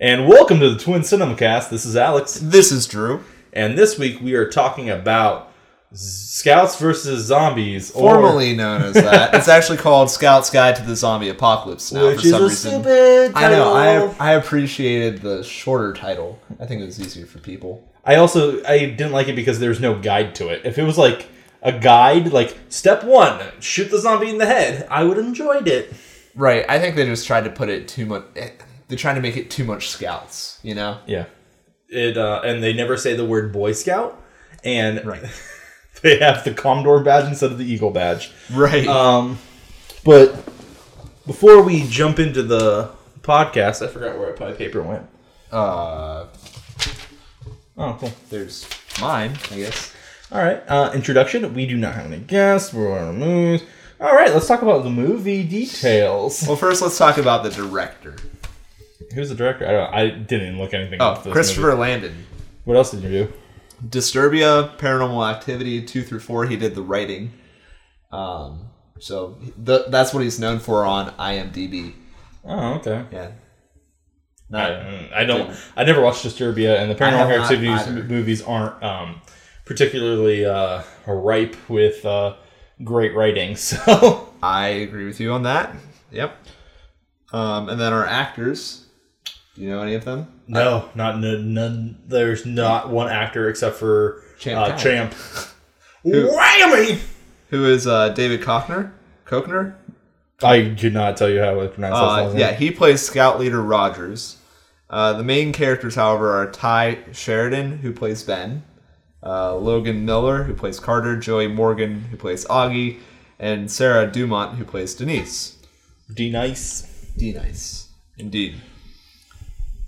And welcome to the Twin Cinemacast. This is Alex, This is Drew. and this week we are talking about Scouts versus Zombies, or- Formerly known as that. it's actually called Scout's Guide to the Zombie Apocalypse now which for is some a reason. stupid. I title. know, I I appreciated the shorter title. I think it was easier for people. I also I didn't like it because there's no guide to it. If it was like a guide, like step one, shoot the zombie in the head, I would have enjoyed it. Right. I think they just tried to put it too much eh, they tried to make it too much scouts, you know? Yeah. It uh, and they never say the word Boy Scout, and Right. they have the Commodore badge instead of the Eagle badge. Right. Um, but before we jump into the podcast, I forgot where my paper went. uh Oh, cool. there's mine, I guess. All right. Uh, introduction. We do not have any guests. We're on our moves. All right. Let's talk about the movie details. Well first let's talk about the director. Who's the director? I, don't, I didn't look anything Oh, up. for this Christopher movie. Landon. What else did you do? Disturbia, Paranormal Activity, two through four, he did the writing. Um, so th- that's what he's known for on IMDb. Oh, okay. Yeah. I, Not, I don't. I never watched Disturbia, and the have Paranormal not Activities either. movies aren't um, particularly uh, ripe with uh, great writing. So I agree with you on that. Yep. Um, and then our actors. Do you know any of them? no, not n- none. There's not one actor except for Champ uh, Powell. Champ. Whammy! Who is uh, David Kochner? Kochner? I could not tell you how I pronounce that. Uh, yeah, he plays Scout Leader Rogers. Uh, the main characters, however, are Ty Sheridan, who plays Ben, uh, Logan Miller, who plays Carter, Joey Morgan, who plays Augie, and Sarah Dumont, who plays Denise. D nice. D nice. Indeed.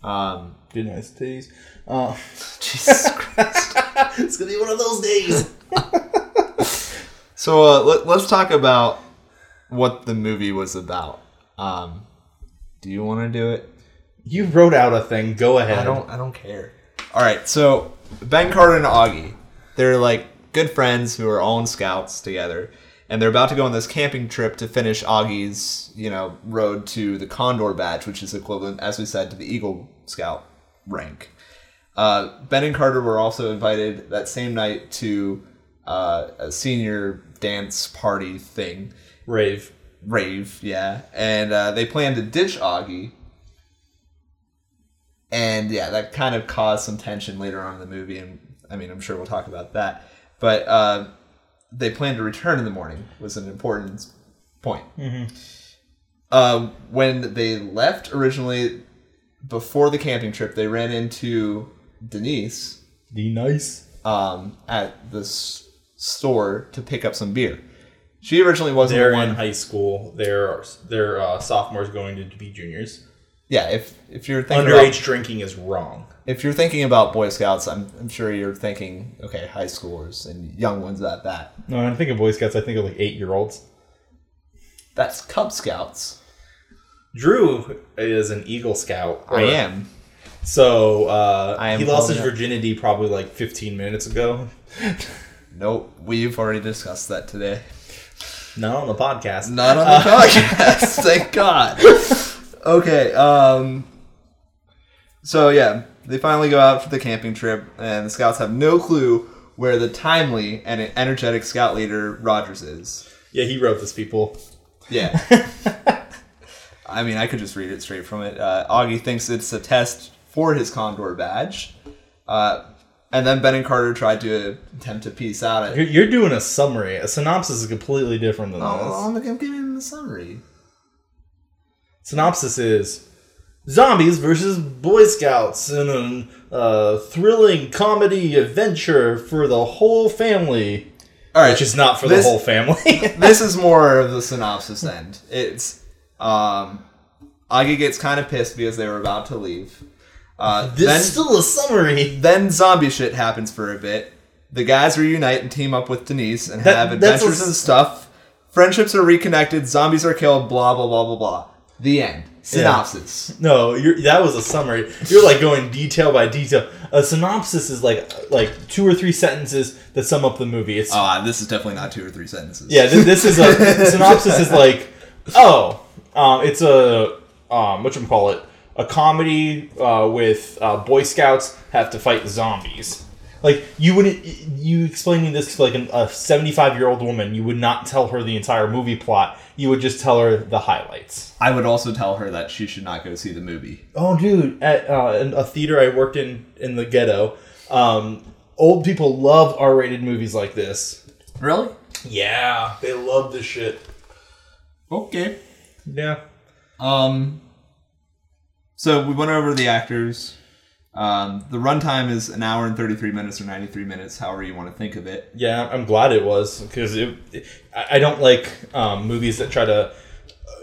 Um, D nice days. Uh, Jesus Christ. it's gonna be one of those days. So uh, let, let's talk about what the movie was about. Um, do you want to do it? You wrote out a thing. Go ahead. I don't. I don't care. All right. So Ben Carter and Augie, they're like good friends who are all in scouts together, and they're about to go on this camping trip to finish Augie's, you know, road to the Condor badge, which is equivalent, as we said, to the Eagle Scout rank. Uh, ben and Carter were also invited that same night to uh, a senior dance party thing Rave. rave, yeah, and uh, they plan to ditch Augie. And yeah, that kind of caused some tension later on in the movie, and I mean, I'm sure we'll talk about that. But uh, they plan to return in the morning was an important point. Mm-hmm. Uh, when they left originally, before the camping trip, they ran into Denise D nice. um, at this store to pick up some beer. She originally wasn't They're the one in high school. They're they're uh, sophomores going to be juniors. Yeah, if if you're thinking Underage about, drinking is wrong. if you're thinking about Boy Scouts, I'm I'm sure you're thinking okay, high schoolers and young ones at that. No, when I think of Boy Scouts, I think of like eight year olds. That's Cub Scouts. Drew is an Eagle Scout. I am. So uh, I am he lost calling his it. virginity probably like 15 minutes ago. Nope, we've already discussed that today. Not on the podcast. Not on the podcast. Thank God. Okay. Um. So yeah, they finally go out for the camping trip, and the scouts have no clue where the timely and energetic scout leader Rogers is. Yeah, he wrote this, people. Yeah. I mean, I could just read it straight from it. Uh, Augie thinks it's a test for his Condor badge. Uh, and then Ben and Carter tried to attempt to piece out it. You're, you're doing a summary. A synopsis is completely different than Oh, I'm, I'm giving him the summary. this. Synopsis is zombies versus Boy Scouts in a uh, thrilling comedy adventure for the whole family. All right. Which is not for This- the whole family. this is more of the synopsis end. It's um, Augie gets kind of pissed because they were about to leave. Uh, this then, is still a summary. then zombie shit happens for a bit. The guys reunite and team up with Denise and That- have that's adventures a s- and stuff. Friendships are reconnected. Zombies are killed. Blah blah blah blah blah. The end. Synopsis. No, you're, that was a summary. You're like going detail by detail. A synopsis is like like two or three sentences that sum up the movie. It's Ah, this is definitely not two or three sentences. yeah. Th- this is a synopsis is like oh, um, it's a um, what you call it a comedy uh, with uh, Boy Scouts have to fight zombies. Like you wouldn't, you explaining this to like an, a seventy-five-year-old woman, you would not tell her the entire movie plot. You would just tell her the highlights. I would also tell her that she should not go see the movie. Oh, dude, at uh, in a theater I worked in in the ghetto, um, old people love R-rated movies like this. Really? Yeah, they love this shit. Okay. Yeah. Um. So we went over the actors. Um, the runtime is an hour and thirty-three minutes or ninety-three minutes, however you want to think of it. Yeah, I'm glad it was because it, it- I I don't like um, movies that try to uh,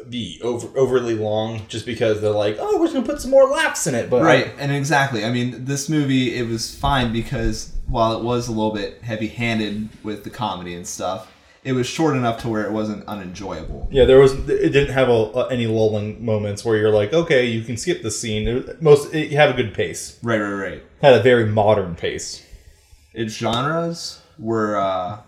be over, overly long just because they're like, oh, we're just gonna put some more laughs in it. But Right, and exactly. I mean, this movie it was fine because while it was a little bit heavy-handed with the comedy and stuff, it was short enough to where it wasn't unenjoyable. yeah, there was it didn't have a, any lulling moments where you're like, okay, you can skip this scene. It- Most it, you have a good pace. Right, right, right. Had a very modern pace. Its genres were uh,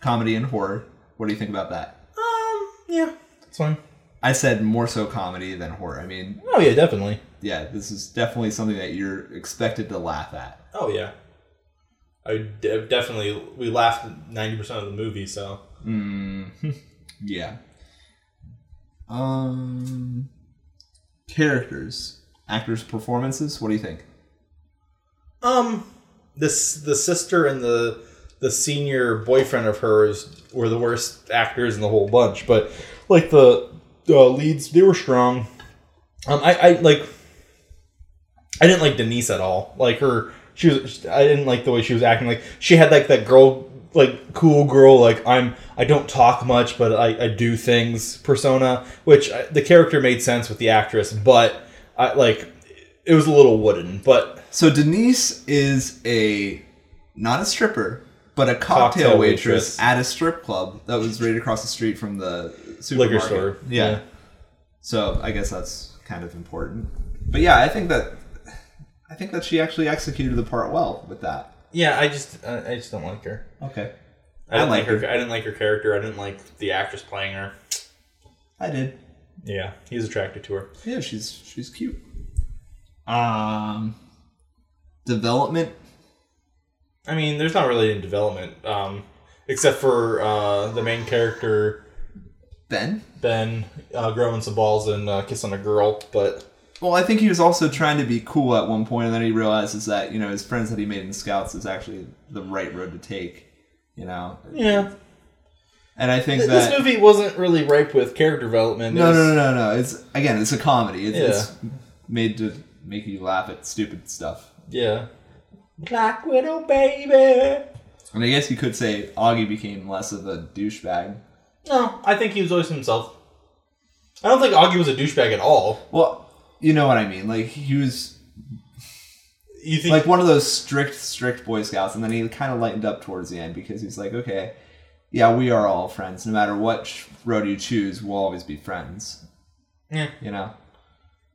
comedy and horror. What do you think about that? Um, yeah, it's fine. I said more so comedy than horror. I mean, Oh yeah, definitely. yeah, this is definitely something that you're expected to laugh at. Oh yeah, I de- definitely we laughed ninety percent of the movie. So Yeah. Um, characters, actors' performances. What do you think? Um, this the sister and the the senior boyfriend of hers were the worst actors in the whole bunch, but like the uh, leads, they were strong. Um, I, I like. I didn't like Denise at all. Like her, she was. I didn't like the way she was acting. Like she had like that girl, like cool girl. Like I'm. I don't talk much, but I, I do things persona. Which I, the character made sense with the actress, but I like it was a little wooden. But So Denise is a not a stripper, but a cocktail, Cocktail waitress, waitress. at a strip club that was right across the street from the supermarket. store, Yeah. yeah. So I guess that's kind of important. But yeah, I think that I think that she actually executed the part well with that. Yeah, I just uh, I just don't like her. Okay. I didn't I like like her. I didn't like her character. I didn't like the actress playing her. I did. Yeah, he's attracted to her. Yeah, she's she's cute. Um development I mean, there's not really any development, um, except for uh, the main character Ben? Ben uh, growing some balls and uh, kissing a girl. But Well, I think he was also trying to be cool at one point, and then he realizes that you know his friends that he made in scouts is actually the right road to take. You know, yeah, and I think this that movie wasn't really ripe with character development. It no, was- no, no, no, no. It's again, it's a comedy. It's, it's made to make you laugh at stupid stuff. Yeah. Black Widow, baby. And I guess you could say Augie became less of a douchebag. No, I think he was always himself. I don't think Augie was a douchebag at all. Well, you know what I mean. Like he was You think like one of those strict, strict Boy Scouts, and then he kind of lightened up towards the end because he's like, okay, yeah, we are all friends. No matter what sh- road you choose, we'll always be friends. Yeah. You know.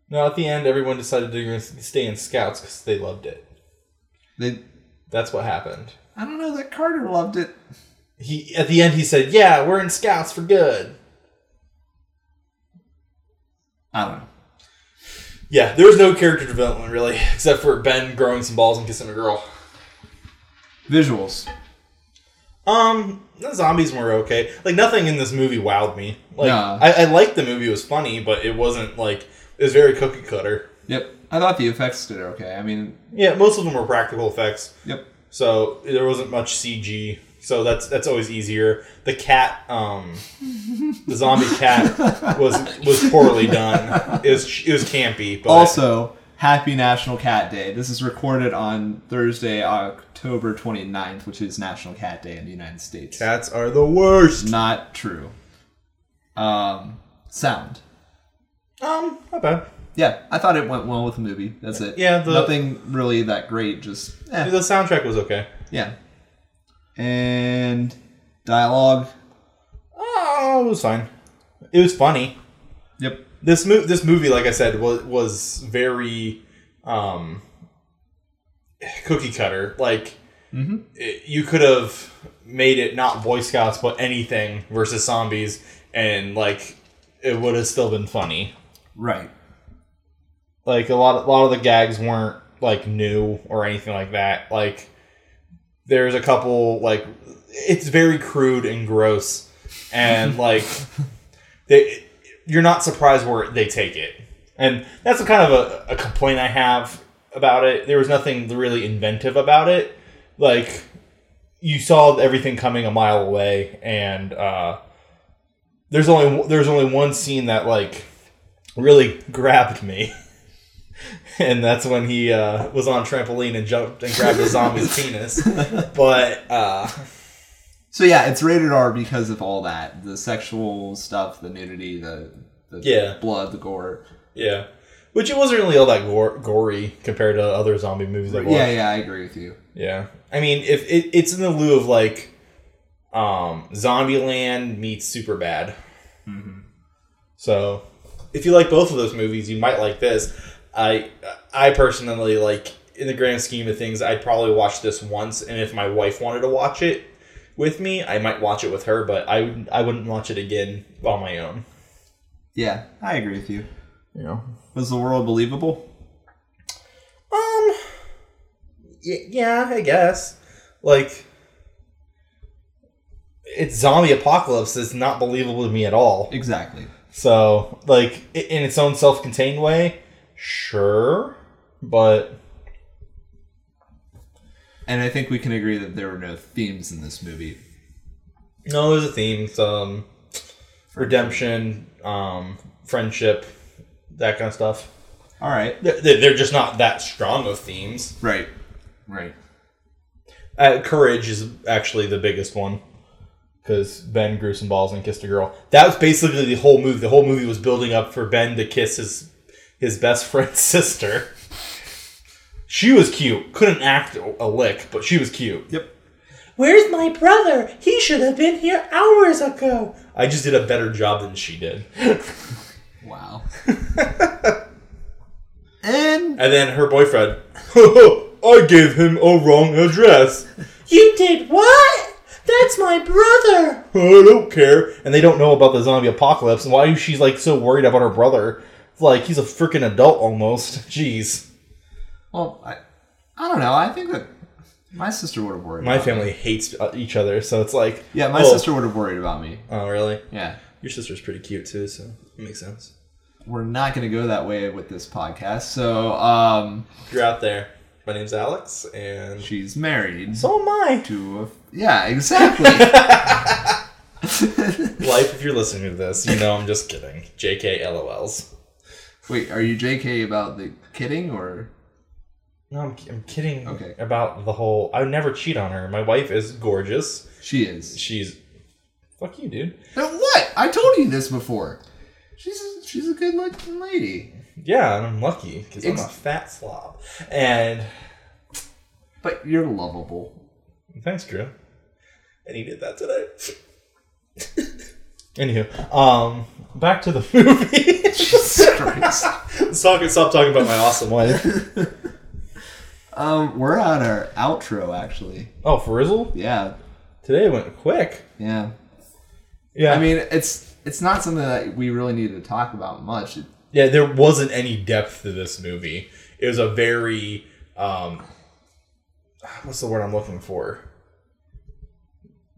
No, at the end, everyone decided to gonna stay in scouts because they loved it. They, That's what happened. I don't know that Carter loved it. He at the end he said, "Yeah, we're in scouts for good." I don't know. Yeah, there was no character development really, except for Ben growing some balls and kissing a girl. Visuals. Um, the zombies were okay. Like nothing in this movie wowed me. Like Nah. I, I liked the movie; it was funny, but it wasn't like it was very cookie cutter. Yep. I thought the effects did okay. I mean, Yeah, most of them were practical effects. yep. so there wasn't much CG. So that's that's always easier. The cat, um, the zombie cat, was was poorly done. It was it was campy, but Also, happy National Cat Day. This is recorded on Thursday, October 29th, which is National Cat Day in the United States. cats are the worst. Not true. Um, sound. Um, not bad. Yeah, I thought it went well with the movie. That's it. Yeah, the- nothing really that great. Just eh, The soundtrack was okay. yeah. And dialogue. Oh, it was fine. It was funny. Yep. This mo- this movie, like I said, was was very um, cookie cutter. Like Mhm. it- you could have made it not Boy Scouts, but anything versus zombies, and like it would have still been funny. Right. Like a lot, a lot of the gags weren't like new or anything like that. Like there's a couple like it's very crude and gross, and like they, you're not surprised where they take it. And that's a kind of a, a complaint I have about it. There was nothing really inventive about it. Like you saw everything coming a mile away, and uh, there's only there's only one scene that like really grabbed me, and that's when he uh, was on trampoline and jumped and grabbed a zombie's penis. But uh, So yeah, it's rated R because of all that. The sexual stuff, the nudity, the, the Yeah. blood, the gore. yeah, which it wasn't really all that gore- gory compared to other zombie movies. I've watched. Yeah, yeah, I agree with you. Yeah. I mean, if it, it's in the lieu of like um Zombieland meets Superbad. Mm-hmm. So, if you like both of those movies, you might like this. I I personally like in the grand scheme of things, I'd probably watch this once and if my wife wanted to watch it with me, I might watch it with her, but I wouldn't- I wouldn't watch it again on my own. Yeah, I agree with you. You know. Was the world believable? Um. Y- yeah, I guess. Like, it's zombie apocalypse. It's not believable to me at all. Exactly. So, like, i- in its own self-contained way, sure, but And I think we can agree that there were no themes in this movie. no, there's a theme. It's, um, redemption, um, friendship, that kind of stuff. All right. They're, they're they're just not that strong of themes. Right. Right. Uh, courage is actually the biggest one because Ben grew some balls and kissed a girl. That was basically the whole movie. The whole movie was building up for Ben to kiss his his best friend's sister. She was cute. Couldn't act a lick, but she was cute. Yep. Where's my brother? He should have been here hours ago. I just did a better job than she did. Wow. and And then her boyfriend, I gave him a wrong address. You did what? That's my brother. I don't care. And they don't know about the zombie apocalypse and why she's like so worried about her brother. It's Like he's a freaking adult almost. Jeez. well, I, I don't know. I think that my sister would have worried. My about me. family hates uh, each other, so it's like Yeah, my oh. sister would have worried about me. Oh, really? Yeah. Your sister's pretty cute too, so it makes sense. We're not going to go that way with this podcast. So, um, If you're out there, my name's Alex, and she's married so am I. to a. Yeah, exactly. Life, if you're listening to this, you know I'm just kidding. Jk, LOLs. Wait, are you JK about the kidding or. No, I'm, I'm kidding Okay. about the whole. I would never cheat on her. My wife is gorgeous. She is. She's. Fuck you, dude. Uh, What? I told you this before. She's a, she's a good looking lady. Yeah, and I'm lucky because I'm a Ex- fat slob. And But you're lovable. thanks, Drew. And he did that today. Anywho, um, back to the movie. Christ. Stop, stop talking about my awesome wife. um, we're on our outro, actually. Oh, Frizzle? Yeah, Today went quick. yeah. Yeah, I mean, it's it's not something that we really need to talk about much. It- yeah, there wasn't any depth to this movie. It was a very um what's the word I'm looking for?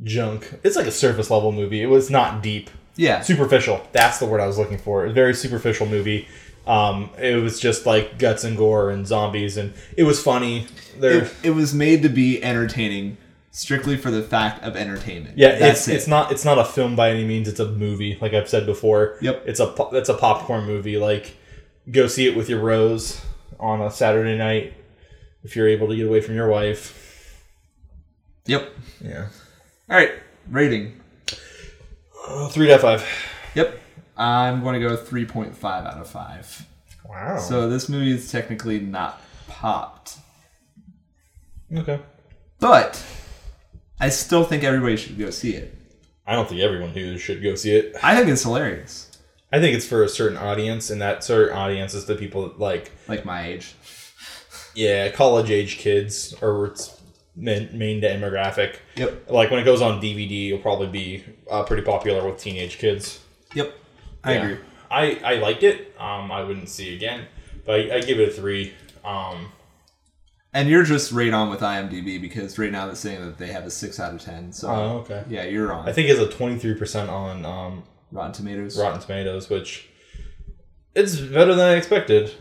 Junk. It's like a surface level movie. It was not deep. Yeah, Superficial. That's the word I was looking for. It was a very superficial movie. Um it was just like guts and gore and zombies and it was funny. There it, it was made to be entertaining, strictly for the fact of entertainment. yeah, that's it's it. it's not it's not a film by any means. It's a movie, like I've said before. Yep. It's a po- it's a popcorn movie. Like, go see it with your rose on a Saturday night if you're able to get away from your wife. Yep. Yeah. All right, rating. Uh, Three out of five. Yep, I'm going to go three point five out of five. Wow. So this movie is technically not popped, okay. but I still think everybody should go see it. I don't think everyone who should go see it. I think it's hilarious, I think it's for a certain audience, and that certain audience is the people that like like my age. yeah college age kids or its main, main demographic. Yep. Like when it goes on DVD, it'll probably be uh, pretty popular with teenage kids. Yep. I Yeah. agree. I, I liked it. Um, I wouldn't see again. but I, I give it a three. Um, And you're just right on with IMDb because right now they're saying that they have a six out of ten. So oh, okay. yeah, you're on. I think it's a twenty three percent on um, Rotten Tomatoes. Rotten Tomatoes, which it's better than I expected.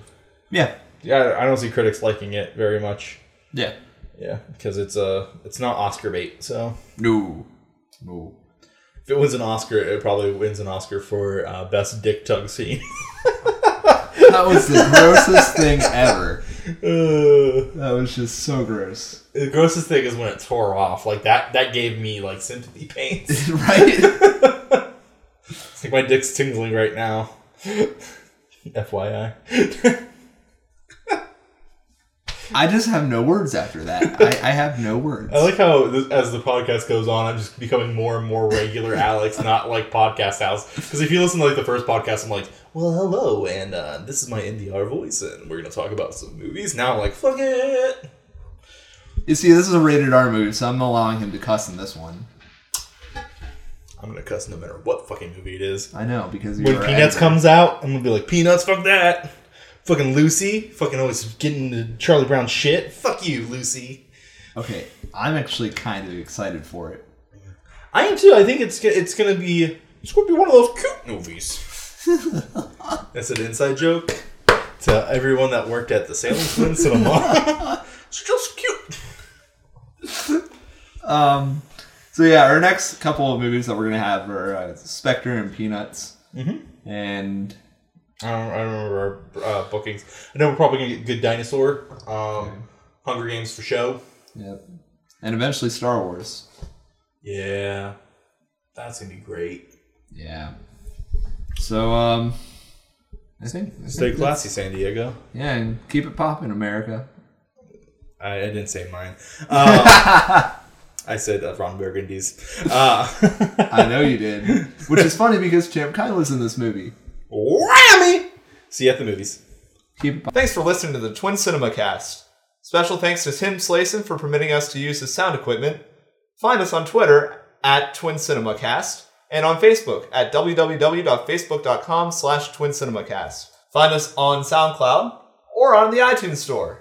Yeah, Yeah, I don't see critics liking it very much. yeah. Yeah, because it's uh, it's not Oscar bait. So No, no. if it wins an Oscar, it probably wins an Oscar for uh, best dick tug scene. That was the grossest thing ever. Uh, That was just so gross, the grossest thing is when it tore off. Like that, that gave me like sympathy pains. right? It's like my dick's tingling right now. FYI. I just have no words after that. I, I have no words. I like how th- as the podcast goes on, I'm just becoming more and more regular Alex, not like podcast house. Because if you listen to like the first podcast, I'm like, well, hello, and uh, this is my NDR voice, and we're gonna talk about some movies. Now I'm like, fuck it. You see, this is a rated R movie, so I'm allowing him to cuss in this one. I'm gonna cuss no matter what fucking movie it is. I know because you When were Peanuts angry. comes out, I'm gonna be like, Peanuts, fuck that. Fucking Lucy, fucking always getting the Charlie Brown shit. Fuck you, Lucy. Okay, I'm actually kind of excited for it. I am too. I think it's go- it's gonna be it's gonna be one of those cute movies. That's an inside joke to everyone that worked at the Salem Twin Cinema. it's just cute. Um, so yeah, our next couple of movies that we're gonna have are uh, Spectre and Peanuts, mm-hmm. and I don't, I don't remember our uh, bookings. I know we're probably gonna get Good Dinosaur, um, Hunger Games for show. yep. and eventually Star Wars. Yeah, that's gonna be great. Yeah. So um, I think I Stay think classy, San Diego. that's- Yeah, and keep it popping, America. I, I didn't say mine. Uh, I said uh, Ron Burgundy's. Uh, I know you did, which is funny because Champ Kai was in this movie. whammy. See you at the movies. Keep it popping. Thanks for listening to the Twin Cinema Cast. Special thanks to Tim Slayson for permitting us to use his sound equipment. Find us on Twitter at Twin TwinCinemaCast and on Facebook at www.facebook.com slash TwinCinemaCast. Find us on SoundCloud or on the iTunes Store.